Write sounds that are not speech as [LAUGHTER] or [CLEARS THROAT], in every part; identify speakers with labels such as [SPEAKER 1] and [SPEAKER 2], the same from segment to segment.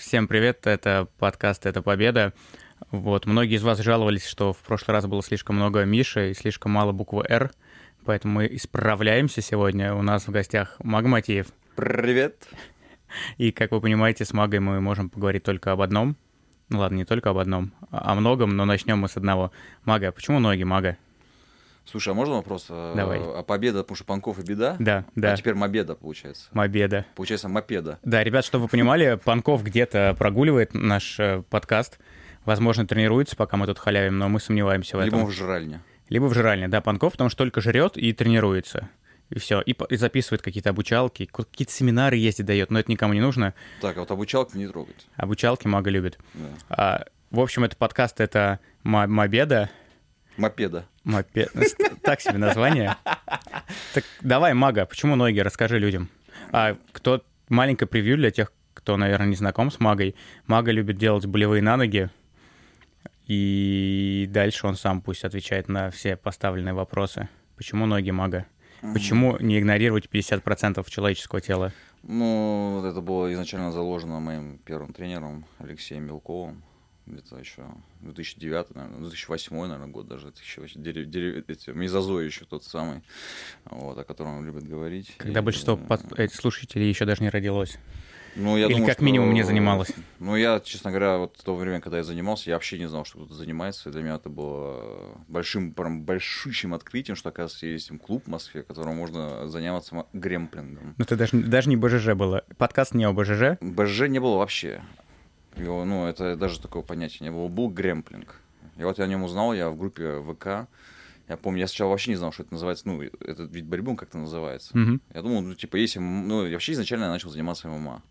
[SPEAKER 1] Всем привет, это подкаст «Это Победа». Вот, многие из вас жаловались, что в прошлый раз было слишком много Миши и слишком мало буквы «Р», поэтому мы исправляемся сегодня. У нас в гостях Мага Матеев.
[SPEAKER 2] Привет.
[SPEAKER 1] И, как вы понимаете, с Магой мы можем поговорить только об одном. Ну ладно, не только об одном, а о многом, но начнем мы с одного. Мага, почему ноги, Мага?
[SPEAKER 2] Слушай, а можно вопрос? э,
[SPEAKER 1] Давай.
[SPEAKER 2] А победа, потому что Панков и беда?
[SPEAKER 1] Да, да,
[SPEAKER 2] А теперь мобеда получается.
[SPEAKER 1] Мобеда.
[SPEAKER 2] Получается мопеда.
[SPEAKER 1] Да, ребят, чтобы вы понимали, Панков где-то прогуливает наш э, подкаст. Возможно, тренируется, пока мы тут халявим, но мы сомневаемся в этом.
[SPEAKER 2] Либо он в жральне.
[SPEAKER 1] Либо в жральне, да, Панков, потому что только жрет и тренируется. И все. И, по- и записывает какие-то обучалки, ку- какие-то семинары ездит, дает, но это никому не нужно.
[SPEAKER 2] Так, а вот обучалку не трогать.
[SPEAKER 1] Обучалки мага любит.
[SPEAKER 2] Да.
[SPEAKER 1] А, в общем, это подкаст это мо- мобеда.
[SPEAKER 2] Мопеда.
[SPEAKER 1] Мопе- Ну, Так себе название. Так давай, мага, почему ноги? Расскажи людям. А кто маленькое превью для тех, кто, наверное, не знаком с магой. Мага любит делать болевые на ноги. И дальше он сам пусть отвечает на все поставленные вопросы. Почему ноги мага? Почему не игнорировать 50% человеческого тела?
[SPEAKER 2] Ну, вот это было изначально заложено моим первым тренером Алексеем Мелковым. Где-то еще 2009, наверное, 2008, наверное, год даже. 2008. Дерев- дерев- эти, мезозой еще тот самый, вот, о котором он любит говорить.
[SPEAKER 1] Когда
[SPEAKER 2] И,
[SPEAKER 1] большинство
[SPEAKER 2] э,
[SPEAKER 1] под- э, слушателей еще даже не родилось.
[SPEAKER 2] Ну, я
[SPEAKER 1] Или
[SPEAKER 2] думаю,
[SPEAKER 1] как минимум
[SPEAKER 2] что-
[SPEAKER 1] не занималось.
[SPEAKER 2] Ну, я, честно говоря, вот в то время, когда я занимался, я вообще не знал, что кто-то занимается. И для меня это было э, большим, прям большущим открытием, что, оказывается, есть клуб в Москве, которому можно заниматься ма- гремплингом.
[SPEAKER 1] Ну, это даже, даже не БЖЖ было. Подкаст не о БЖЖ.
[SPEAKER 2] БЖ не было вообще. Его, ну, это даже такого понятия не было. Был гремплинг. И вот я о нем узнал, я в группе ВК. Я помню, я сначала вообще не знал, что это называется. Ну, этот вид борьбы, он как-то называется.
[SPEAKER 1] Мгм.
[SPEAKER 2] Я думал, ну, типа, если... м- Ну, я вообще изначально начал заниматься ММА.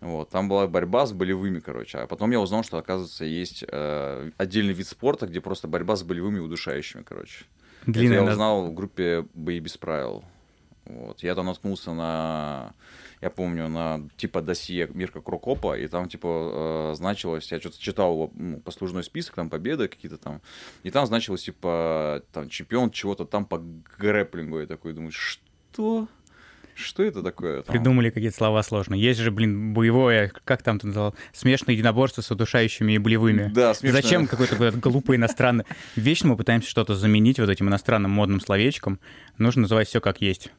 [SPEAKER 2] Вот, там была борьба с болевыми, короче. А потом я узнал, что, оказывается, есть э, отдельный вид спорта, где просто борьба с болевыми удушающими, короче. Это
[SPEAKER 1] Длинное
[SPEAKER 2] я
[SPEAKER 1] наз-
[SPEAKER 2] узнал в группе «Бои без правил». Вот. Я там наткнулся на, я помню, на типа досье Мирка Крокопа, и там типа э, значилось, я что-то читал его ну, послужной список, там победы какие-то там, и там значилось типа там чемпион чего-то там по грэплингу. Я такой думаю, что? Что это такое? там?
[SPEAKER 1] Придумали какие-то слова сложные. Есть же, блин, боевое, как там ты назвал, смешное единоборство с удушающими и болевыми.
[SPEAKER 2] Да, смешно.
[SPEAKER 1] Зачем какой-то вот этот глупый иностранный? Вечно мы пытаемся что-то заменить вот этим иностранным модным словечком. Нужно называть все как есть.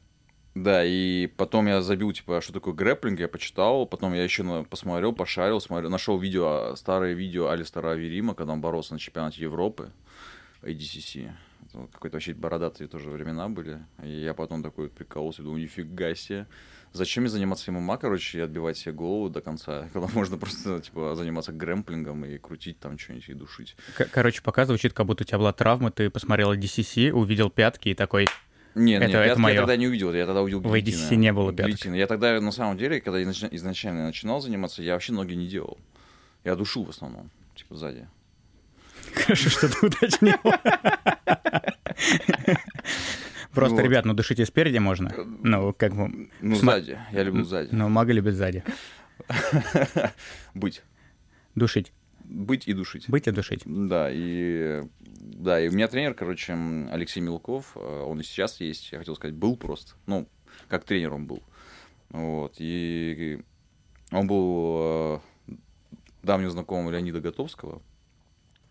[SPEAKER 2] Да, и потом я забил, типа, что такое грэпплинг, я почитал, потом я еще посмотрел, пошарил, смотрел, нашел видео, а, старое видео Алистера Аверима, когда он боролся на чемпионате Европы, ADCC. Это вот Какой-то вообще бородатые тоже времена были. И я потом такой прикололся, думаю, нифига себе. Зачем мне заниматься ММА, короче, и отбивать себе голову до конца, [LAUGHS] когда можно просто, типа, заниматься грэмплингом и крутить там что-нибудь и душить.
[SPEAKER 1] К- короче, пока звучит, как будто у тебя была травма, ты посмотрел DCC, увидел пятки и такой...
[SPEAKER 2] Не,
[SPEAKER 1] Это-
[SPEAKER 2] не,
[SPEAKER 1] это
[SPEAKER 2] пятки
[SPEAKER 1] моё.
[SPEAKER 2] я тогда не увидел, я тогда увидел
[SPEAKER 1] В ADC
[SPEAKER 2] гильотина.
[SPEAKER 1] не было пяток.
[SPEAKER 2] Гильотина. Я тогда, на самом деле, когда изнач- изначально начинал заниматься, я вообще ноги не делал. Я душил в основном, типа сзади.
[SPEAKER 1] Хорошо, что ты уточнил. Просто,
[SPEAKER 2] Вот.
[SPEAKER 1] ребят, ну душите спереди можно. Ну, как бы...
[SPEAKER 2] Ну,
[SPEAKER 1] Сма-
[SPEAKER 2] сзади, я люблю сзади.
[SPEAKER 1] Ну, мага любит сзади.
[SPEAKER 2] [LAUGHS] Быть.
[SPEAKER 1] Душить.
[SPEAKER 2] Быть и душить.
[SPEAKER 1] Быть и душить.
[SPEAKER 2] Да, и да, и у меня тренер, короче, м, Алексей Милков, э, он и сейчас есть, я хотел сказать, был просто, ну, как тренер он был. Вот, и он был э, давним знакомым Леонида Готовского,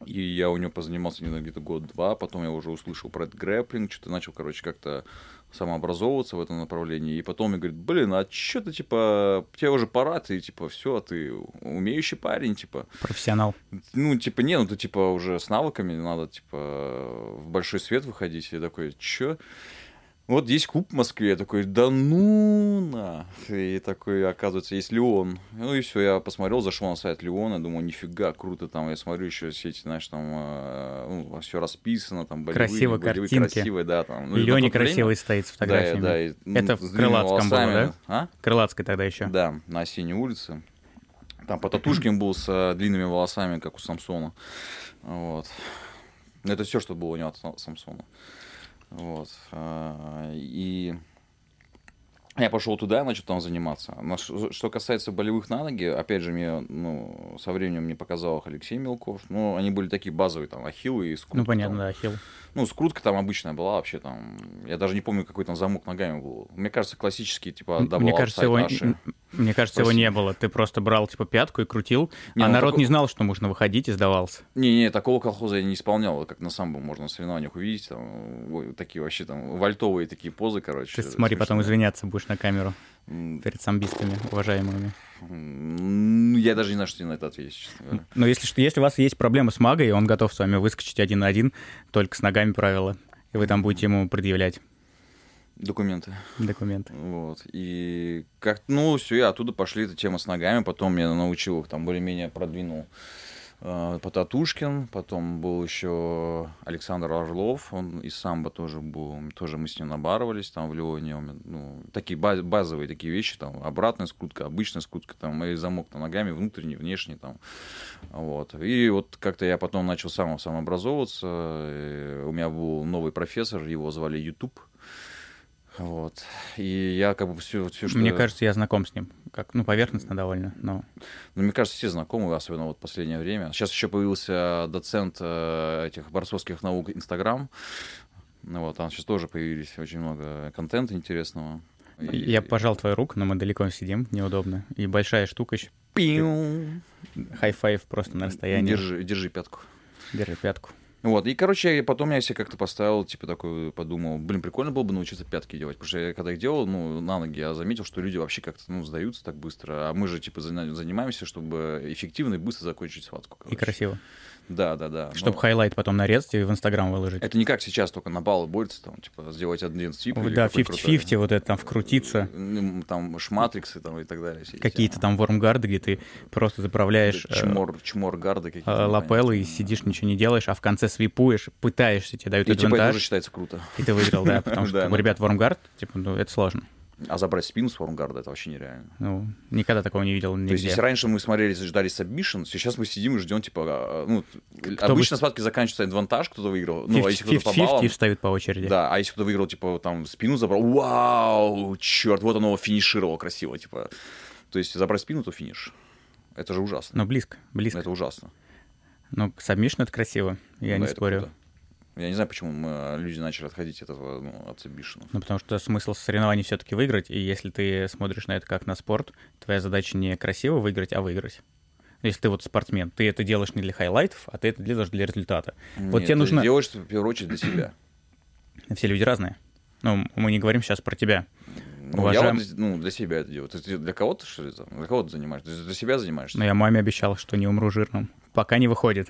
[SPEAKER 2] и я у него позанимался не знаю, где-то год-два, потом я уже услышал про этот грэпплинг, что-то начал, короче, как-то самообразовываться в этом направлении, и потом мне говорит, блин, а что ты, типа, тебе уже пора, ты, типа, все, ты умеющий парень, типа,
[SPEAKER 1] Профессионал.
[SPEAKER 2] ну, типа, не, ну ты типа уже с навыками надо, типа, в большой свет выходить. Я такой, чё? Вот есть клуб в Москве, я такой, да ну на. И такой, оказывается, есть Леон. Ну и все, я посмотрел, зашел на сайт Леона, думаю, нифига, круто там. Я смотрю еще все эти, знаешь, там, э, все расписано, там, болевые,
[SPEAKER 1] Красиво,
[SPEAKER 2] не болевые,
[SPEAKER 1] картинки.
[SPEAKER 2] красивые, да, там. Ну, и на
[SPEAKER 1] Лёня
[SPEAKER 2] то время-
[SPEAKER 1] красивый стоит с
[SPEAKER 2] Да, да,
[SPEAKER 1] фотографиями.
[SPEAKER 2] и, ну,
[SPEAKER 1] Это в
[SPEAKER 2] с длинными
[SPEAKER 1] Крылатском было,
[SPEAKER 2] волосами.
[SPEAKER 1] да?
[SPEAKER 2] А?
[SPEAKER 1] Крылатской тогда еще.
[SPEAKER 2] Да, на осенней улице. Там по татушке он был с э, длинными волосами, как у Самсона. Вот. Это все, что было у него от Сам- Самсона. Вот. А, И я пошел туда, начал там заниматься. Но ш- Что касается болевых на ноги, опять же, мне, ну, со временем мне показал их Алексей Мелков. Ну, они были такие базовые, там, ахиллы и скрутка.
[SPEAKER 1] Ну, понятно,
[SPEAKER 2] там.
[SPEAKER 1] да, Ахилл.
[SPEAKER 2] Ну, скрутка там обычная была вообще там. Я даже не помню, какой там замок ногами был. Мне кажется, классический, типа,
[SPEAKER 1] М-
[SPEAKER 2] дабл
[SPEAKER 1] Мне кажется, его,
[SPEAKER 2] аутсайд аши.
[SPEAKER 1] м- Мне кажется, его
[SPEAKER 2] Спасибо.
[SPEAKER 1] не было. Ты просто брал, типа, пятку и крутил,
[SPEAKER 2] Не,
[SPEAKER 1] а
[SPEAKER 2] ну,
[SPEAKER 1] народ
[SPEAKER 2] такой-
[SPEAKER 1] не знал, что нужно выходить и сдавался.
[SPEAKER 2] Не-не, такого колхоза я не исполнял, как на самбо можно на соревнованиях увидеть, там, ой, такие вообще там вальтовые такие позы, короче.
[SPEAKER 1] Ты смотри, потом
[SPEAKER 2] смешные.
[SPEAKER 1] извиняться будешь на камеру
[SPEAKER 2] М,
[SPEAKER 1] перед самбистами, уважаемыми.
[SPEAKER 2] м, Я даже не знаю, что тебе на это ответить, честно говоря.
[SPEAKER 1] Но если, что- если у вас есть проблемы с магой, он готов с вами выскочить один на один, только с ногами правила, и вы там будете ему предъявлять
[SPEAKER 2] Документы.
[SPEAKER 1] документы.
[SPEAKER 2] Вот. И как, ну, все, и оттуда пошли эта тема с ногами. Потом я научил их, там более-менее продвинул э, Потатушкин. Потом был еще Александр Орлов. Он из самбо тоже был. Тоже мы с ним набарывались там в Леоне. Он, Ну, такие ба- базовые такие вещи. Там обратная скрутка, обычная скрутка. Там и замок там, ногами, внутренний, внешний там. Вот. И вот как-то я потом начал сам самообразовываться. Э, У меня был новый профессор, его звали YouTube. Вот. И я как бы все, что...
[SPEAKER 1] Мне кажется, я знаком с ним. Как, ну, поверхностно довольно, но...
[SPEAKER 2] Ну, мне кажется, все знакомы, особенно вот последнее время. Сейчас еще появился доцент э, этих борцовских наук Инстаграм. Ну вот, там сейчас тоже появились очень много контента интересного. И-
[SPEAKER 1] Я пожал твою руку, но мы далеко сидим, неудобно. И большая штука еще.
[SPEAKER 2] Пиу.
[SPEAKER 1] Хай-файв просто на расстоянии.
[SPEAKER 2] Держи, держи пятку.
[SPEAKER 1] Держи пятку.
[SPEAKER 2] Вот, и, короче, я- потом я себе как-то поставил, типа, такой, подумал, блин, прикольно было бы научиться пятки делать, потому что я когда их делал, ну, на ноги, я заметил, что люди вообще как-то, ну, сдаются так быстро, а мы же, типа, зана- занимаемся, чтобы эффективно и быстро закончить схватку,
[SPEAKER 1] И
[SPEAKER 2] короче.
[SPEAKER 1] красиво.
[SPEAKER 2] Да, да, да.
[SPEAKER 1] Чтобы
[SPEAKER 2] Ну,
[SPEAKER 1] хайлайт потом нарезать и в Инстаграм выложить.
[SPEAKER 2] Это не как сейчас, только на баллы борются, там, типа, сделать один стип.
[SPEAKER 1] Вот,
[SPEAKER 2] или
[SPEAKER 1] да,
[SPEAKER 2] какой
[SPEAKER 1] 50-50,
[SPEAKER 2] крутой.
[SPEAKER 1] вот это там вкрутиться.
[SPEAKER 2] Ну, Там шматриксы там и так далее. все эти
[SPEAKER 1] Какие-то
[SPEAKER 2] темы.
[SPEAKER 1] там вормгарды, где ты просто заправляешь э,
[SPEAKER 2] Чмор, чмор-гарды какие-то. ну,
[SPEAKER 1] э, лапелы и
[SPEAKER 2] непонятные.
[SPEAKER 1] сидишь, ничего не делаешь, а в конце свипуешь, пытаешься, тебе дают
[SPEAKER 2] И типа это уже
[SPEAKER 1] адвантаж,
[SPEAKER 2] считается круто.
[SPEAKER 1] и ты выиграл, да,
[SPEAKER 2] [LAUGHS]
[SPEAKER 1] потому
[SPEAKER 2] Да,
[SPEAKER 1] что, как
[SPEAKER 2] ну.
[SPEAKER 1] бы, ребят, вормгард, типа, ну, это сложно.
[SPEAKER 2] А забрать спину с вормгарда это вообще нереально.
[SPEAKER 1] Ну, никогда такого не видел
[SPEAKER 2] То есть, если
[SPEAKER 1] нигде.
[SPEAKER 2] раньше мы смотрели, ждали сабмишн, сейчас мы сидим и ждем, типа, а, ну,
[SPEAKER 1] бы-
[SPEAKER 2] обычно схватки заканчиваются адвантаж, кто-то выиграл, ну, а если кто-то
[SPEAKER 1] 50-50
[SPEAKER 2] по
[SPEAKER 1] и
[SPEAKER 2] баллам,
[SPEAKER 1] встают по очереди.
[SPEAKER 2] да, а если кто-то выиграл, типа, там, спину забрал, вау, черт, вот оно финишировало красиво, типа, то есть, забрать спину, то финиш. Это же ужасно.
[SPEAKER 1] Но Ну, близко, близко.
[SPEAKER 2] Это ужасно.
[SPEAKER 1] Ну, сабмишн — это красиво, я
[SPEAKER 2] Да,
[SPEAKER 1] не
[SPEAKER 2] это
[SPEAKER 1] спорю.
[SPEAKER 2] круто. Я не знаю, почему мы- а, люди начали отходить от этого, ну, от сабмишна.
[SPEAKER 1] Ну, потому что смысл соревнований все-таки выиграть, и если ты смотришь на это как на спорт, твоя задача не красиво выиграть, а выиграть. Если ты вот спортсмен, ты это делаешь не для хайлайтов, а ты это делаешь для результата. Вот тебе
[SPEAKER 2] Нет, ты
[SPEAKER 1] нужно...
[SPEAKER 2] делаешь, в первую очередь, для себя.
[SPEAKER 1] Все люди разные. Ну, мы не говорим сейчас про тебя.
[SPEAKER 2] Ну, я
[SPEAKER 1] Уважаем-
[SPEAKER 2] вот, ну, для себя это делаю. То есть, Ты для кого-то, что ли, там? Для кого ты занимаешься? Ты Для себя занимаешься?
[SPEAKER 1] Но я маме обещал, что не умру жирным. Пока не выходит.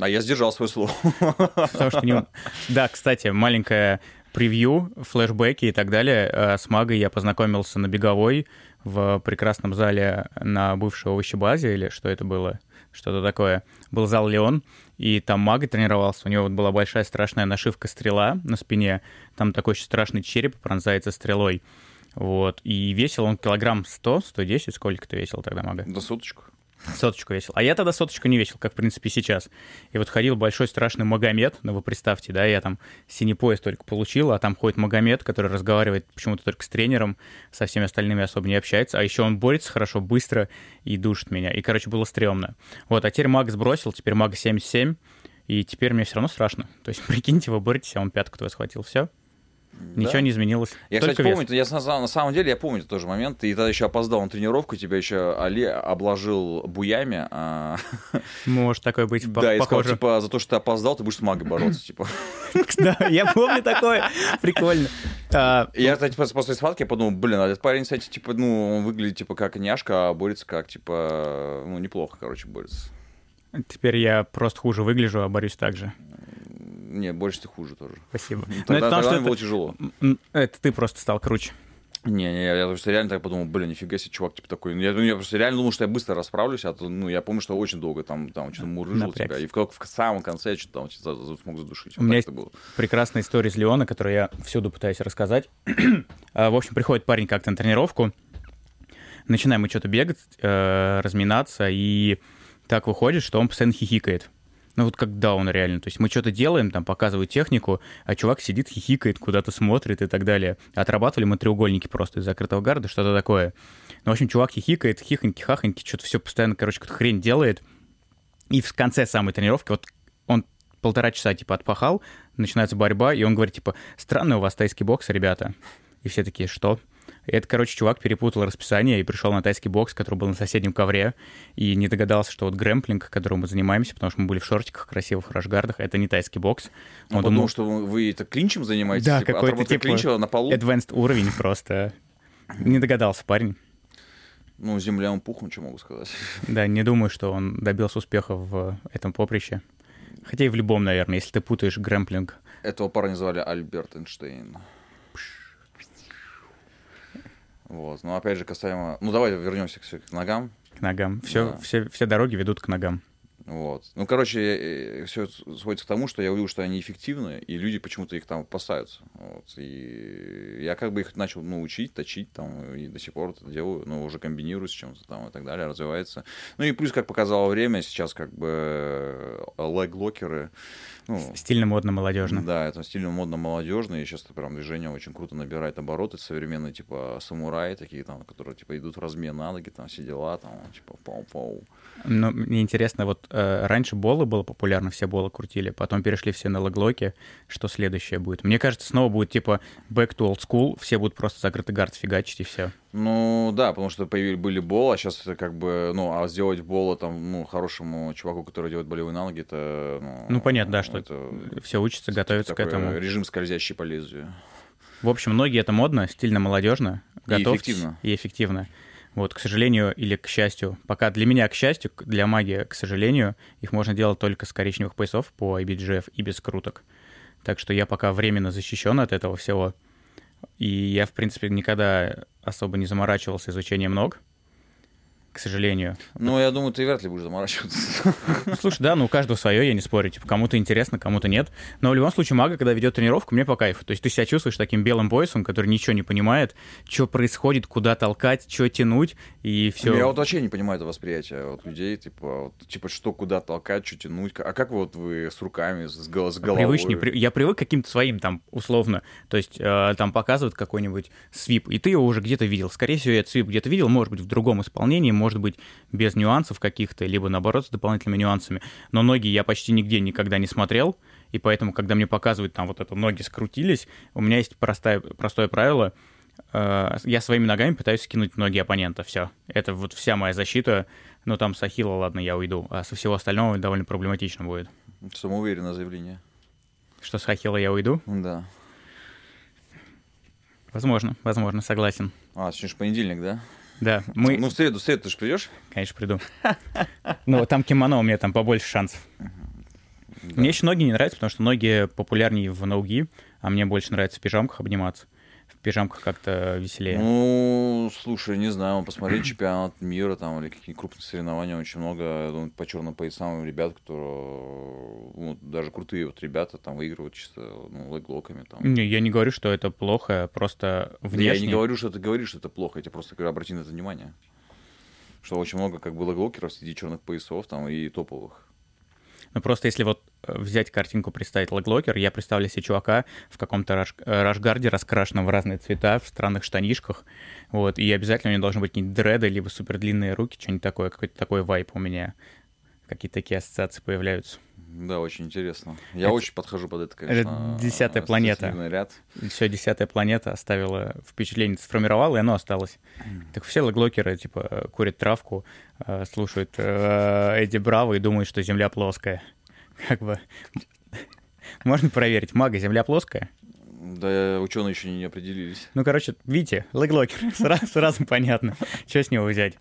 [SPEAKER 2] А я сдержал свое слово.
[SPEAKER 1] [LAUGHS] Потому что не ум- Да, кстати, маленькое превью, флешбеки и так далее. Э, С Магой я познакомился на беговой в прекрасном зале на бывшей овощебазе, или что это было, что-то такое. Был зал Леон, и там Мага тренировался. У него вот была большая страшная нашивка стрела на спине. Там такой очень страшный череп пронзается стрелой. Вот. И весил он килограмм 100, 110, сколько ты весил тогда, Мага?
[SPEAKER 2] Да соточку.
[SPEAKER 1] Соточку весил. А я тогда соточку не весил, как, в принципе, и сейчас. И вот ходил большой страшный Магомед, ну вы представьте, да, я там синий пояс только получил, а там ходит Магомед, который разговаривает почему-то только с тренером, со всеми остальными особо не общается, а еще он борется хорошо, быстро и душит меня. И, короче, было стрёмно. Вот, а теперь Мага сбросил, теперь Мага 77, и теперь мне все равно страшно. То есть, [LAUGHS] прикиньте, вы боретесь, а он пятку твою схватил, все. Ничего не изменилось.
[SPEAKER 2] Я,
[SPEAKER 1] только
[SPEAKER 2] кстати,
[SPEAKER 1] вес.
[SPEAKER 2] помню, я на, самом- на самом деле я помню этот тоже момент. Ты тогда еще опоздал на тренировку, тебя еще Али обложил буями.
[SPEAKER 1] [LAUGHS]
[SPEAKER 2] а,
[SPEAKER 1] Может такое быть, по-
[SPEAKER 2] да, и сказал,
[SPEAKER 1] похоже.
[SPEAKER 2] типа, за то, что ты опоздал, ты будешь с магой
[SPEAKER 1] [LAUGHS]
[SPEAKER 2] бороться, типа.
[SPEAKER 1] Да, я помню такое. Прикольно. А,
[SPEAKER 2] И я, кстати, пос- после схватки я подумал, блин, а этот парень, кстати, типа, ну, он выглядит, типа, как няшка, а борется как, типа, ну, неплохо, короче, борется.
[SPEAKER 1] Теперь я просто хуже выгляжу, а борюсь так же.
[SPEAKER 2] Не, больше ты хуже тоже.
[SPEAKER 1] Спасибо.
[SPEAKER 2] Ну,
[SPEAKER 1] Но
[SPEAKER 2] Тогда,
[SPEAKER 1] это потому,
[SPEAKER 2] тогда
[SPEAKER 1] что
[SPEAKER 2] мне было тяжело.
[SPEAKER 1] это- м, это ты просто стал круче.
[SPEAKER 2] Не, не, я, я просто реально так подумал, блин, нифига себе, чувак, типа такой. Ну, Я, ну, я просто реально думал, что я быстро расправлюсь, а то, ну, я помню, что очень долго там, там что-то мурыжил
[SPEAKER 1] Напрягся.
[SPEAKER 2] тебя, и в, ко- в самом конце я что-то там за- за- смог задушить.
[SPEAKER 1] У меня
[SPEAKER 2] так
[SPEAKER 1] есть
[SPEAKER 2] это было.
[SPEAKER 1] прекрасная история из Леона, которую я всюду пытаюсь рассказать. [CLEARS THROAT] А, В общем, приходит парень как-то на тренировку, начинаем мы что-то бегать, э, разминаться, и так выходит, что он постоянно хихикает. Ну вот как даун реально. То есть мы что-то делаем, там показывают технику, а чувак сидит, хихикает, куда-то смотрит и так далее. Отрабатывали мы треугольники просто из закрытого гарда, что-то такое. Ну, в общем, чувак хихикает, хихоньки, хахоньки, что-то все постоянно, короче, какую-то хрень делает. И в конце самой тренировки, вот он полтора часа, типа, отпахал, начинается борьба, и он говорит, типа, странный у вас тайский бокс, ребята. И все такие, что? И это, короче, чувак перепутал расписание и пришел на тайский бокс, который был на соседнем ковре, и не догадался, что вот грэмплинг, которым мы занимаемся, потому что мы были в шортиках, красивых рашгардах, это не тайский бокс. Он
[SPEAKER 2] Он, Ну, подумал,
[SPEAKER 1] думал,
[SPEAKER 2] А что вы это клинчем занимаетесь,
[SPEAKER 1] Да,
[SPEAKER 2] типа,
[SPEAKER 1] какой-то
[SPEAKER 2] отработка
[SPEAKER 1] типа
[SPEAKER 2] клинча на полу.
[SPEAKER 1] advanced уровень просто. Не догадался парень.
[SPEAKER 2] Ну, земля он пухом, что могу сказать. [LAUGHS]
[SPEAKER 1] Да, не думаю, что он добился успеха в этом поприще. Хотя и в любом, наверное, если ты путаешь грэмплинг.
[SPEAKER 2] Этого парня звали Альберт Эйнштейн. Вот, ну опять же касаемо... Ну давай вернемся к, к ногам.
[SPEAKER 1] К ногам. Все,
[SPEAKER 2] Да.
[SPEAKER 1] все, все дороги ведут к ногам.
[SPEAKER 2] Вот. Ну, короче, все сводится к тому, что я увидел, что они эффективны, и люди почему-то их там опасаются. Вот. И я как бы их начал ну, учить, точить, там, и до сих пор это делаю, но уже комбинирую с чем-то там и так далее, развивается. Ну и плюс, как показало время, сейчас как бы лэг-локеры, ну,
[SPEAKER 1] Стильно, модно, молодежно.
[SPEAKER 2] да, это стильно, модно, молодежно, и сейчас это прям движение очень круто набирает обороты, современные, типа, самураи такие там, которые, типа, идут в размен на ноги, там, все дела, там, типа, пау-пау.
[SPEAKER 1] Но мне интересно, вот э, раньше болы было популярно, все болы крутили, потом перешли все на логлоки. Что следующее будет? Мне кажется, снова будет типа back to old school, все будут просто закрытый гард фигачить и все.
[SPEAKER 2] Ну да, потому что появились были бол, а сейчас это как бы, ну, а сделать бола там, ну, хорошему чуваку, который делает болевые налоги, это, ну,
[SPEAKER 1] Ну, понятно, да, что
[SPEAKER 2] это
[SPEAKER 1] Все учатся, готовятся к
[SPEAKER 2] такой
[SPEAKER 1] этому.
[SPEAKER 2] Режим скользящий по лезвию.
[SPEAKER 1] В общем, ноги это модно, стильно, молодежно,
[SPEAKER 2] И
[SPEAKER 1] готовьтесь
[SPEAKER 2] эффективно.
[SPEAKER 1] и эффективно. Вот, к сожалению или к счастью, пока для меня, к счастью, к- для магии, к сожалению, их можно делать только с коричневых поясов по IBGF и без круток. Так что я пока временно защищен от этого всего. И я, в принципе, никогда особо не заморачивался изучением ног, к сожалению.
[SPEAKER 2] Ну, я думаю, ты вряд ли
[SPEAKER 1] [LAUGHS]
[SPEAKER 2] будешь заморачиваться.
[SPEAKER 1] Ну, Слушай, да, ну у каждого свое, я не спорю. Типа, кому-то интересно, кому-то нет. Но в любом случае, мага, когда ведет тренировку, мне по кайфу. То есть ты себя чувствуешь таким белым поясом, который ничего не понимает, что происходит, куда толкать, что тянуть, и все.
[SPEAKER 2] Я вот вообще не понимаю это восприятие вот, людей, типа, вот, типа, что куда толкать, что тянуть. А как вот вы с руками, с, гол- с головой?
[SPEAKER 1] А Привычнее, при- я привык к каким-то своим там, условно. То есть э, там показывают какой-нибудь свип, и ты его уже где-то видел. Скорее всего, я этот свип где-то видел, может быть, в другом исполнении, может быть, без нюансов каких-то, либо наоборот, с дополнительными нюансами. Но ноги я почти нигде никогда не смотрел, и поэтому, когда мне показывают, там вот это ноги скрутились, у меня есть простое, простое правило. э, Я своими ногами пытаюсь скинуть ноги оппонента. Все. Это вот вся моя защита. Ну, там с Ахилла, ладно, я уйду. А со всего остального довольно проблематично будет.
[SPEAKER 2] Самоуверенное заявление.
[SPEAKER 1] Что с Ахилла я уйду?
[SPEAKER 2] Да.
[SPEAKER 1] Возможно, возможно, согласен.
[SPEAKER 2] А, сегодня же понедельник, да?
[SPEAKER 1] Да, мы,
[SPEAKER 2] Ну, в среду, в среду ты же придешь?
[SPEAKER 1] конечно,
[SPEAKER 2] [LAUGHS]
[SPEAKER 1] приду. Но там кимоно, у меня там побольше шансов. Мне еще ноги не нравятся, потому что ноги популярнее в ноуги, а мне больше нравится в пижамках обниматься. В пижамках как-то веселее.
[SPEAKER 2] Ну, слушай, не знаю, посмотреть чемпионат мира там или какие крупные соревнования, очень много, я думаю, по черным поясам ребят, которые, ну, даже крутые вот ребята там выигрывают чисто, ну, лэглоками там.
[SPEAKER 1] Не, я не говорю, что это плохо, просто
[SPEAKER 2] Да Я не
[SPEAKER 1] внешне.
[SPEAKER 2] говорю, что ты говоришь, что это плохо, я тебе просто говорю, обрати на это внимание. Что очень много как бы лэглокеров среди черных поясов там и топовых.
[SPEAKER 1] Ну, просто если вот э, взять картинку, представить логлокер, я представлю себе чувака в каком-то раш- э, рашгарде, раскрашенном в разные цвета, в странных штанишках, вот, и обязательно у него должны быть какие-нибудь дреды, либо супер длинные руки, что-нибудь такое, какой-то такой вайп у меня, какие-то такие ассоциации появляются.
[SPEAKER 2] Да, очень интересно. Я
[SPEAKER 1] Это-
[SPEAKER 2] очень подхожу под это,
[SPEAKER 1] это
[SPEAKER 2] конечно.
[SPEAKER 1] десятая планета.
[SPEAKER 2] ассоциативный ряд.
[SPEAKER 1] Все, десятая планета оставила впечатление, сформировала, и оно осталось. Так все логлокеры, типа, э, курят травку, э, слушают э, Эдди Браво и думают, что Земля плоская. Как бы... Можно проверить. Мага, Земля плоская?
[SPEAKER 2] Да, ученые еще не определились.
[SPEAKER 1] Ну, короче, видите, [LAUGHS] леглокер, сразу, сразу понятно, что с него взять.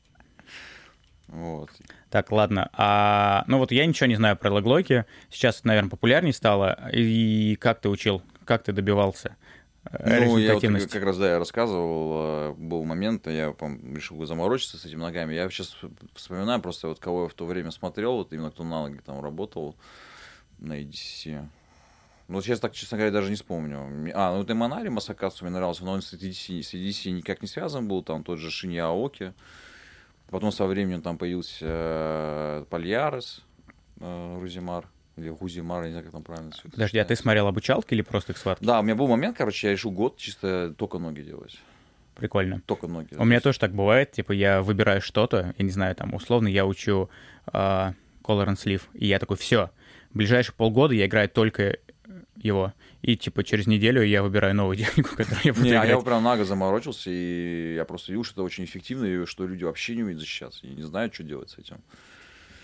[SPEAKER 2] Вот.
[SPEAKER 1] Так, ладно. А, ну вот я ничего не знаю про леглоки. Сейчас это, наверное, популярнее стало. И как ты учил? Как ты добивался э,
[SPEAKER 2] Ну, я вот как,
[SPEAKER 1] результативности?
[SPEAKER 2] как раз, да, я рассказывал, э, был момент, я по-моему, решил заморочиться с этими ногами. Я сейчас вспоминаю просто, вот кого я в то время смотрел, вот именно кто на ноги там работал на EDC. Ну, вот сейчас так, честно говоря, даже не вспомню. М- А, ну, Эманари Масакацу мне нравился, но он с EDC, с EDC никак не связан был, там тот же Шинья Аоки. Потом со временем там появился э, Пальярес, э, Рузимар, или Гузимар, я не знаю, как там правильно. всё это
[SPEAKER 1] Подожди, а ты
[SPEAKER 2] читается.
[SPEAKER 1] смотрел обучалки или просто их схватки?
[SPEAKER 2] Да, у меня был момент, короче, я решил год чисто только ноги делать.
[SPEAKER 1] Прикольно.
[SPEAKER 2] Только ноги.
[SPEAKER 1] У меня тоже так бывает, типа я выбираю что-то, я не знаю, там условно я а, учу э, Color and Sleeve, и я такой, все, ближайшие полгода я играю только его. И типа через неделю я выбираю [LAUGHS] новую технику, которую я буду
[SPEAKER 2] Не, а я
[SPEAKER 1] играть.
[SPEAKER 2] прям наго заморочился, и я просто видел, что это очень эффективно, и что люди вообще не умеют защищаться, и не знают, что делать с этим.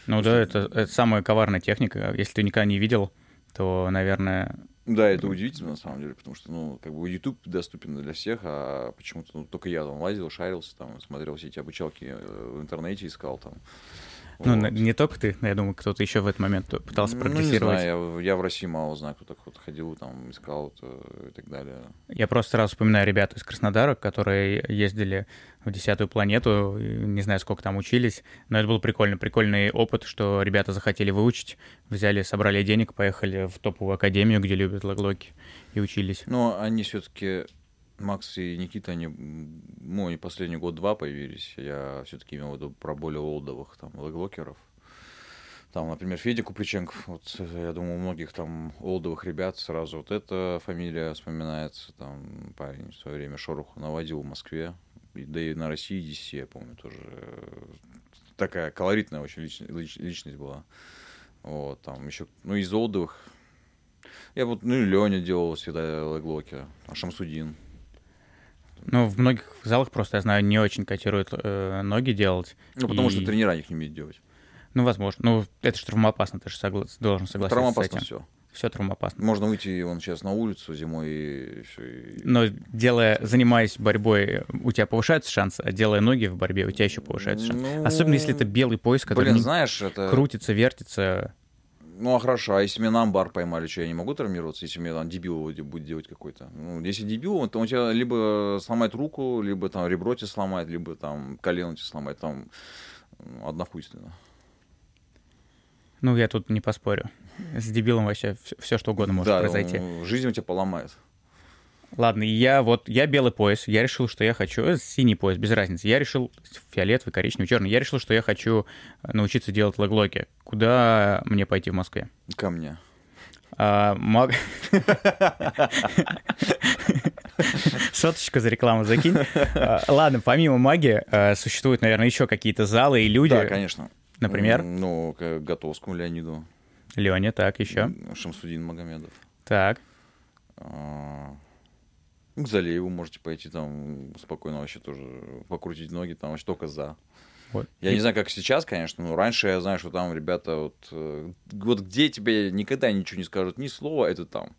[SPEAKER 1] Ну да, это, это самая коварная техника. Если ты никогда не видел, то, наверное,
[SPEAKER 2] Да, это удивительно, на самом деле, потому что, ну, как бы YouTube доступен для всех, а почему-то ну, только я там лазил, шарился, там, смотрел все эти обучалки э, в интернете, искал там.
[SPEAKER 1] ну,
[SPEAKER 2] Вот.
[SPEAKER 1] на- не только ты, но я думаю, кто-то еще в этот момент пытался
[SPEAKER 2] Ну, не
[SPEAKER 1] прогрессировать.
[SPEAKER 2] знаю, я, я в России мало знаю, кто так вот ходил, там, искал э, и так далее.
[SPEAKER 1] Я просто сразу вспоминаю ребят из Краснодара, которые ездили в десятую планету, и не знаю, сколько там учились, но это был прикольно, прикольный опыт, что ребята захотели выучить, взяли, собрали денег, поехали в топовую академию, где любят лаглоки, и учились.
[SPEAKER 2] Но они все-таки, Макс и Никита, они, м, ну, они последний год-два появились. Я все-таки имел в виду про более олдовых, там, леглокеров. Там, например, Федя Куприченков, вот, э, я думаю, у многих там олдовых ребят сразу вот эта фамилия вспоминается, там, парень в свое время шороху наводил в Москве, И- да и на России DC, я помню, тоже э, такая колоритная очень лич- лич- личность была. Вот, там еще, ну, из олдовых я вот, ну и Леня делал всегда леглоки, а Шамсудин.
[SPEAKER 1] Ну, в многих залах просто, я знаю, не очень котируют э, ноги делать.
[SPEAKER 2] Ну, потому
[SPEAKER 1] И-
[SPEAKER 2] что тренера их не умеют делать.
[SPEAKER 1] Ну, возможно. Ну, это же травмоопасно, ты же согла- должен согласиться
[SPEAKER 2] Травмоопасно
[SPEAKER 1] с этим.
[SPEAKER 2] все.
[SPEAKER 1] Все травмоопасно.
[SPEAKER 2] Можно выйти вон сейчас на улицу зимой и все.
[SPEAKER 1] Но делая, занимаясь борьбой, у тебя повышаются шансы, а делая ноги в борьбе, у тебя еще повышаются шансы. Особенно если это белый пояс, который
[SPEAKER 2] Ну, Блин,
[SPEAKER 1] не
[SPEAKER 2] знаешь, э, это...
[SPEAKER 1] крутится, вертится.
[SPEAKER 2] Ну, а хорошо, а если меня на амбар поймали, что я не могу травмироваться, если мне там дебил вот будет делать какой-то? Ну, если дебил, то он тебя либо сломает руку, либо там ребро тебе сломает, либо там колено тебе сломает, там м, однохуйственно.
[SPEAKER 1] Ну, я тут не поспорю. С дебилом вообще все, что угодно может
[SPEAKER 2] да, ну,
[SPEAKER 1] произойти.
[SPEAKER 2] он- жизнь у тебя поломает.
[SPEAKER 1] Ладно, я вот, я белый пояс, я решил, что я хочу, э, синий пояс, без разницы, я решил, фиолетовый, коричневый, черный, я решил, что я хочу э, научиться делать леглоки. Куда мне пойти в Москве?
[SPEAKER 2] Ко мне.
[SPEAKER 1] А, маг- Соточку за рекламу закинь. А, Ладно, помимо магии, а, существуют, наверное, еще какие-то залы и люди.
[SPEAKER 2] Да, конечно.
[SPEAKER 1] Например,
[SPEAKER 2] М, Ну, к Готовскому Леониду.
[SPEAKER 1] Леня, так, еще.
[SPEAKER 2] М, Шамсудин Магомедов.
[SPEAKER 1] Так.
[SPEAKER 2] А, К Залееву можете пойти там спокойно вообще тоже покрутить ноги, там вообще только за.
[SPEAKER 1] Вот.
[SPEAKER 2] Я не знаю, как сейчас, конечно, но раньше я знаю, что там ребята вот... э, Вот где тебе никогда ничего не скажут, ни слова, это там.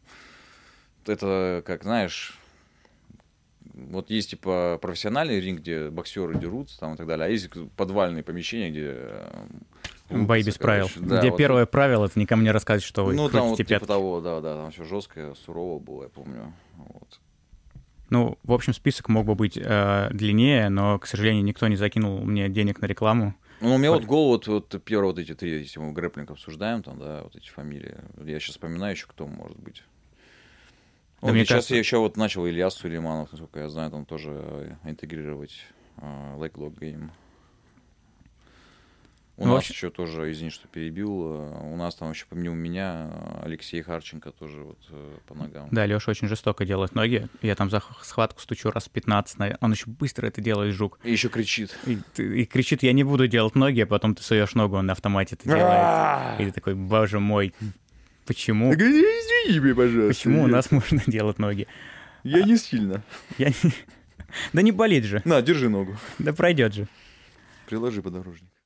[SPEAKER 2] Это, как знаешь... Вот есть, типа, профессиональный ринг, где боксеры дерутся там и так далее, а есть подвальные помещения, где... э,
[SPEAKER 1] Бой
[SPEAKER 2] лупятся,
[SPEAKER 1] без правил.
[SPEAKER 2] короче. Да,
[SPEAKER 1] Где
[SPEAKER 2] вот
[SPEAKER 1] первое правило, это никому не рассказывать, что вы
[SPEAKER 2] ну, там вот
[SPEAKER 1] крутите
[SPEAKER 2] типа
[SPEAKER 1] пятки.
[SPEAKER 2] того, да, да, там все жестко, сурово было, я помню. Вот.
[SPEAKER 1] Ну, в общем, список мог бы быть э, длиннее, но, к сожалению, никто не закинул мне денег на рекламу.
[SPEAKER 2] Ну, у меня вот
[SPEAKER 1] Блин.
[SPEAKER 2] в голову вот, вот первые вот эти три, если мы грэплинг обсуждаем, там, да, вот эти фамилии. Я сейчас вспоминаю еще, кто может быть.
[SPEAKER 1] Да
[SPEAKER 2] Вот
[SPEAKER 1] мне
[SPEAKER 2] сейчас
[SPEAKER 1] кажется-
[SPEAKER 2] я еще вот начал Илья Сулейманов, насколько я знаю, там тоже э, интегрировать Like Log Game. У
[SPEAKER 1] Ну,
[SPEAKER 2] нас
[SPEAKER 1] вообще-
[SPEAKER 2] еще тоже, извини, что перебил, э, у нас там еще, помимо меня, э, Алексей Харченко тоже вот э, по ногам.
[SPEAKER 1] Да, Леша очень жестоко делает ноги. Я там за х- схватку стучу раз 15. наверное. Он еще быстро это делает, жук.
[SPEAKER 2] И еще кричит.
[SPEAKER 1] И, ты- и кричит, я не буду делать ноги, а потом ты суешь ногу, он на автомате это
[SPEAKER 2] А.
[SPEAKER 1] делает. И ты такой, боже мой, почему?
[SPEAKER 2] Извини меня, пожалуйста.
[SPEAKER 1] Почему у нас можно делать ноги?
[SPEAKER 2] Я не сильно.
[SPEAKER 1] Я не- [LAUGHS] Да не болит же,
[SPEAKER 2] На, держи ногу.
[SPEAKER 1] да пройдет же.
[SPEAKER 2] Приложи подорожник.